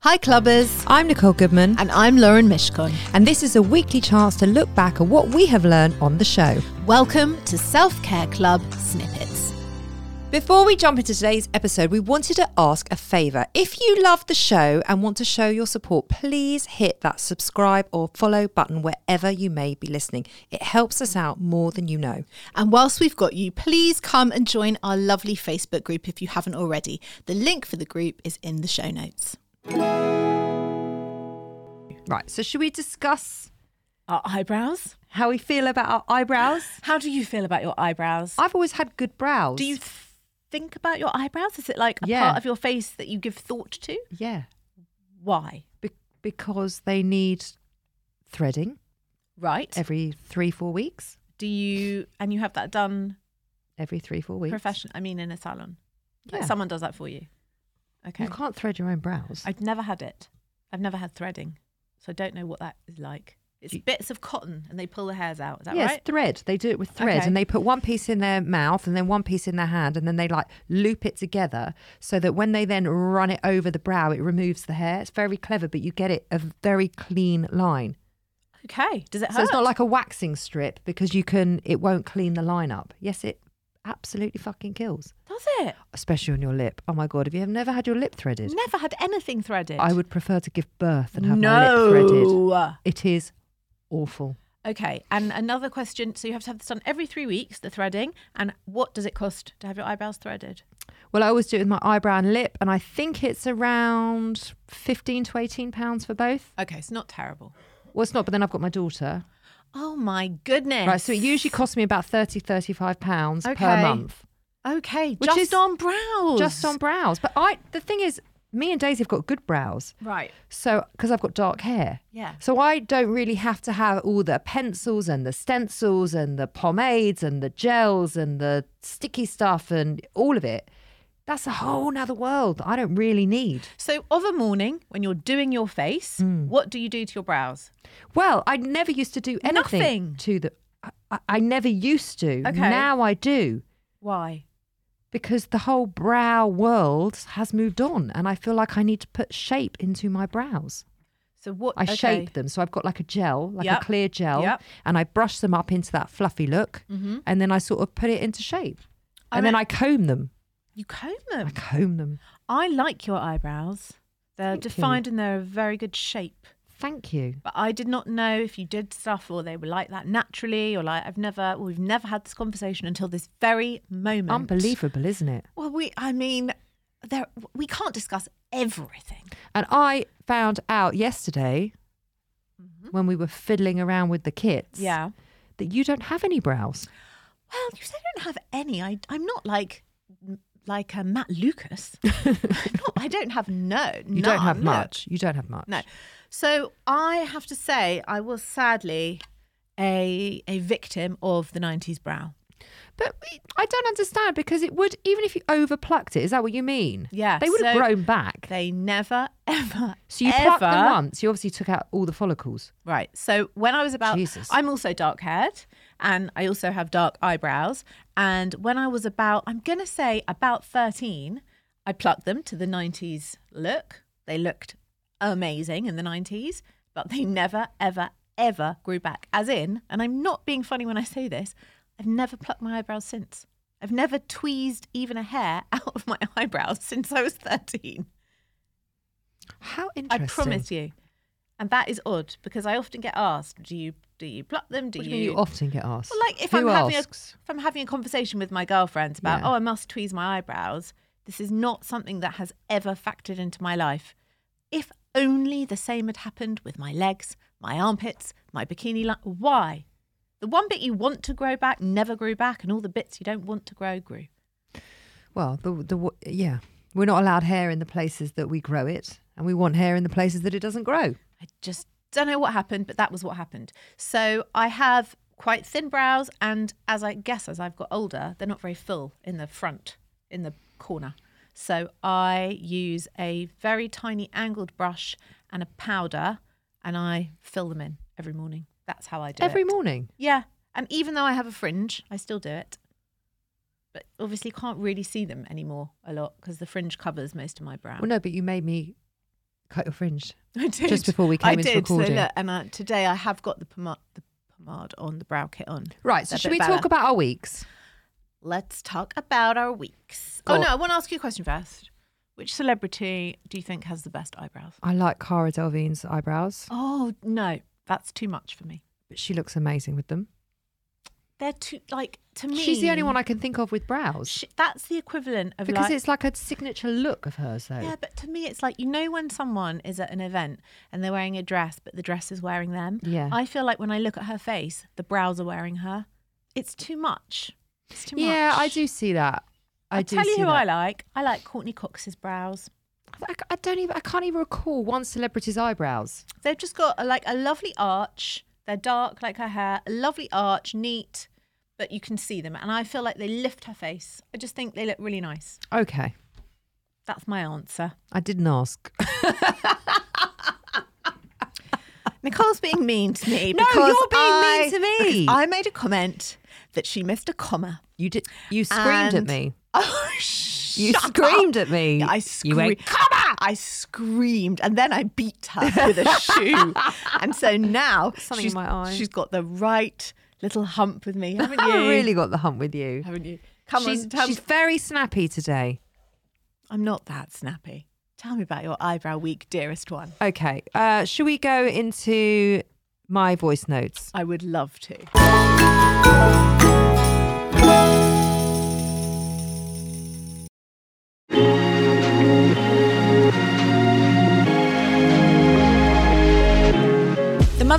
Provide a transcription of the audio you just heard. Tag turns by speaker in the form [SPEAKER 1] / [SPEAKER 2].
[SPEAKER 1] Hi, clubbers.
[SPEAKER 2] I'm Nicole Goodman,
[SPEAKER 1] And I'm Lauren Mishkon.
[SPEAKER 2] and this is a weekly chance to look back at what we have learned on the show.
[SPEAKER 1] Welcome to Self Care Club Snippets.
[SPEAKER 2] Before we jump into today's episode, we wanted to ask a favour. If you love the show and want to show your support, please hit that subscribe or follow button wherever you may be listening. It helps us out more than you know.
[SPEAKER 1] And whilst we've got you, please come and join our lovely Facebook group if you haven't already. The link for the group is in the show notes.
[SPEAKER 2] Right, so should we discuss
[SPEAKER 3] Our eyebrows?
[SPEAKER 2] how we feel about our eyebrows?
[SPEAKER 3] How do you feel about your eyebrows?
[SPEAKER 2] I've always had good brows.
[SPEAKER 3] Do you th- think about your eyebrows? Is it like a
[SPEAKER 2] Yeah.
[SPEAKER 3] part of your face that you give thought to?
[SPEAKER 2] yeah,
[SPEAKER 3] Why?
[SPEAKER 2] be- because they need threading
[SPEAKER 3] Right.
[SPEAKER 2] every three, four weeks.
[SPEAKER 3] do you and you have that done
[SPEAKER 2] Every three, four weeks.
[SPEAKER 3] profession I mean in a salon. Like
[SPEAKER 2] Yeah.
[SPEAKER 3] someone does that for you. Okay.
[SPEAKER 2] You can't thread your own brows.
[SPEAKER 3] I've never had it. I've never had threading. So I don't know what that is like. It's
[SPEAKER 2] You-
[SPEAKER 3] bits of cotton and they pull the hairs out. Is that
[SPEAKER 2] yes,
[SPEAKER 3] right?
[SPEAKER 2] thread. They do it with thread,
[SPEAKER 3] Okay.
[SPEAKER 2] and they put one piece in their mouth and then one piece in their hand, and then they like loop it together so that when they then run it over the brow, it removes the hair. It's very clever, but you get it a very clean line.
[SPEAKER 3] Okay. Does it hurt?
[SPEAKER 2] So it's not like a waxing strip because you can. It won't clean the line up. Yes, it absolutely fucking kills,
[SPEAKER 3] Does it?
[SPEAKER 2] especially on your lip. Oh my god, have you have never had your lip threaded?
[SPEAKER 3] Never had anything threaded.
[SPEAKER 2] I would prefer to give birth than have
[SPEAKER 3] no.
[SPEAKER 2] my lip threaded. It is awful.
[SPEAKER 3] Okay, and another question. So you have to have this done every three weeks, the threading. And what does it cost to have your eyebrows threaded?
[SPEAKER 2] Well, I always do it with my eyebrow and lip, and I think it's around 15 to 18 pounds for both.
[SPEAKER 3] Okay, it's not terrible.
[SPEAKER 2] Well, it's not, but then I've got my daughter.
[SPEAKER 3] Oh my goodness!
[SPEAKER 2] Right, so it usually costs me about 30, 35 pounds per
[SPEAKER 3] Okay.
[SPEAKER 2] month
[SPEAKER 3] okay,
[SPEAKER 2] Which
[SPEAKER 3] just
[SPEAKER 2] is-
[SPEAKER 3] on brows,
[SPEAKER 2] just on brows. But I, the thing is, me and Daisy have got good brows.
[SPEAKER 3] right.
[SPEAKER 2] So, because I've got dark hair.
[SPEAKER 3] Yeah.
[SPEAKER 2] So I don't really have to have all the pencils and the stencils and the pomades and the gels and the sticky stuff and all of it. That's a whole nother world that I don't really need.
[SPEAKER 3] So of a morning when you're doing your face,
[SPEAKER 2] Mm.
[SPEAKER 3] what do you do to your brows?
[SPEAKER 2] Well, I never used to do anything
[SPEAKER 3] Nothing.
[SPEAKER 2] to the. I- I, I never used to.
[SPEAKER 3] Okay.
[SPEAKER 2] Now I do
[SPEAKER 3] Why?
[SPEAKER 2] because the whole brow world has moved on, and I feel like I need to put shape into my brows.
[SPEAKER 3] So what?
[SPEAKER 2] I
[SPEAKER 3] okay.
[SPEAKER 2] shape them, so I've got like a gel, like
[SPEAKER 3] Yep.
[SPEAKER 2] a clear gel,
[SPEAKER 3] Yep.
[SPEAKER 2] and I brush them up into that fluffy look, and then I sort of put it into shape,
[SPEAKER 3] Mm-hmm. I
[SPEAKER 2] and then
[SPEAKER 3] mean-
[SPEAKER 2] I comb them.
[SPEAKER 3] You comb
[SPEAKER 2] I
[SPEAKER 3] them.
[SPEAKER 2] comb them.
[SPEAKER 3] I like your eyebrows. They're
[SPEAKER 2] Thank you.
[SPEAKER 3] defined and they're a very good shape.
[SPEAKER 2] Thank you.
[SPEAKER 3] But I did not know if you did stuff or they were like that naturally or like I've never we've never had this conversation until this very moment.
[SPEAKER 2] Unbelievable, isn't it?
[SPEAKER 3] Well, we I mean there we can't discuss everything.
[SPEAKER 2] And I found out yesterday
[SPEAKER 3] Mm-hmm.
[SPEAKER 2] when we were fiddling around with the kits. that you don't have any brows.
[SPEAKER 3] Well, you said I don't have any. I I'm not like like uh, Matt Lucas. I'm not- I don't have no.
[SPEAKER 2] You don't have
[SPEAKER 3] none.
[SPEAKER 2] much. You don't have much.
[SPEAKER 3] No. So I have to say I was sadly a a victim of the 90s brow.
[SPEAKER 2] But we- I don't understand because it would, even if you overplucked it, is that what you mean?
[SPEAKER 3] Yeah,
[SPEAKER 2] They would have
[SPEAKER 3] so-
[SPEAKER 2] grown back.
[SPEAKER 3] They never ever
[SPEAKER 2] so you
[SPEAKER 3] ever,
[SPEAKER 2] plucked them once. You obviously took out all the follicles.
[SPEAKER 3] Right. So when I was about,
[SPEAKER 2] Jesus.
[SPEAKER 3] I'm also dark haired and I also have dark eyebrows. And when I was about, I'm going to say about 13, I plucked them to the 90s look. They looked amazing in the 90s, but they never, ever, ever grew back. As in, and I'm not being funny when I say this, I've never plucked my eyebrows since. I've never tweezed even a hair out of my eyebrows since I was 13.
[SPEAKER 2] How
[SPEAKER 3] I
[SPEAKER 2] interesting.
[SPEAKER 3] promise you. And that is odd because I often get asked, "Do you do you pluck them? Do
[SPEAKER 2] What do
[SPEAKER 3] you?"
[SPEAKER 2] you mean you often get asked?
[SPEAKER 3] well, like if
[SPEAKER 2] Who
[SPEAKER 3] I'm having a,
[SPEAKER 2] asks?
[SPEAKER 3] if I'm having a conversation with my girlfriends about,
[SPEAKER 2] Yeah.
[SPEAKER 3] "Oh, I must tweeze my eyebrows." This is not something that has ever factored into my life. If only the same had happened with my legs, my armpits, my bikini line. Why? The one bit you want to grow back never grew back, and all the bits you don't want to grow grew.
[SPEAKER 2] Well, the, the w- yeah. We're not allowed hair in the places that we grow it, and we want hair in the places that it doesn't grow.
[SPEAKER 3] I just Don't know what happened, but that was what happened. So I have quite thin brows, and as I guess as I've got older, they're not very full in the front, in the corner. So I use a very tiny angled brush and a powder, and I fill them in every morning. That's how I do it.
[SPEAKER 2] Every morning.
[SPEAKER 3] Yeah. And even though I have a fringe, I still do it. But obviously can't really see them anymore a lot because the fringe covers most of my brow.
[SPEAKER 2] Well, no, but you made me cut your fringe.
[SPEAKER 3] I did.
[SPEAKER 2] Just before we came
[SPEAKER 3] I
[SPEAKER 2] into
[SPEAKER 3] did. So
[SPEAKER 2] recording.
[SPEAKER 3] look, and I, today I have got the pomade, the pomade on, the brow kit on.
[SPEAKER 2] Right. So
[SPEAKER 3] They're a
[SPEAKER 2] should
[SPEAKER 3] bit
[SPEAKER 2] we
[SPEAKER 3] better.
[SPEAKER 2] talk about our weeks?
[SPEAKER 3] Let's talk about our weeks.
[SPEAKER 2] Go
[SPEAKER 3] Oh, no,
[SPEAKER 2] on.
[SPEAKER 3] I want to ask you a question first. Which celebrity do you think has the best eyebrows?
[SPEAKER 2] I like Cara Delevingne's eyebrows,
[SPEAKER 3] Oh, no. That's too much for me.
[SPEAKER 2] but she looks amazing with them.
[SPEAKER 3] They're too, like, to me.
[SPEAKER 2] She's the only one I can think of with brows
[SPEAKER 3] sh- that's the equivalent of
[SPEAKER 2] because
[SPEAKER 3] like,
[SPEAKER 2] it's like a signature look of hers, though.
[SPEAKER 3] Yeah, but to me, it's like you know when someone is at an event and they're wearing a dress, but the dress is wearing them.
[SPEAKER 2] Yeah.
[SPEAKER 3] I feel like when I look at her face, the brows are wearing her. It's too much. It's too much.
[SPEAKER 2] Yeah, I do see that. I
[SPEAKER 3] I'll
[SPEAKER 2] do
[SPEAKER 3] tell you
[SPEAKER 2] see
[SPEAKER 3] who
[SPEAKER 2] that.
[SPEAKER 3] I like. I like Courtney Cox's brows.
[SPEAKER 2] I, I don't even. I can't even recall one celebrity's eyebrows.
[SPEAKER 3] They've just got a, like a lovely arch. They're dark, like her hair. A lovely arch, neat, but you can see them, and I feel like they lift her face. I just think they look really nice.
[SPEAKER 2] Okay,
[SPEAKER 3] That's my answer.
[SPEAKER 2] I didn't ask.
[SPEAKER 3] Nicole's being mean to me.
[SPEAKER 2] No,
[SPEAKER 3] because
[SPEAKER 2] you're being mean
[SPEAKER 3] I-
[SPEAKER 2] to me.
[SPEAKER 3] because I made a comment that she missed a comma.
[SPEAKER 2] You did. You screamed at
[SPEAKER 3] And-
[SPEAKER 2] me.
[SPEAKER 3] Oh,
[SPEAKER 2] You
[SPEAKER 3] shut
[SPEAKER 2] screamed
[SPEAKER 3] up.
[SPEAKER 2] at me.
[SPEAKER 3] Yeah, I
[SPEAKER 2] You
[SPEAKER 3] screamed.
[SPEAKER 2] went,
[SPEAKER 3] I screamed, and then I beat her with a shoe, and so now
[SPEAKER 2] Something in
[SPEAKER 3] she's,
[SPEAKER 2] my eye.
[SPEAKER 3] she's got the right little hump with me, haven't you?
[SPEAKER 2] I really got the hump with you.
[SPEAKER 3] haven't you? Come
[SPEAKER 2] she's,
[SPEAKER 3] on, tell
[SPEAKER 2] she's
[SPEAKER 3] me.
[SPEAKER 2] very snappy today.
[SPEAKER 3] I'm not that snappy. Tell me about your eyebrow week, dearest one.
[SPEAKER 2] Okay. Uh, should we go into my voice notes?
[SPEAKER 3] I would love to.
[SPEAKER 4] The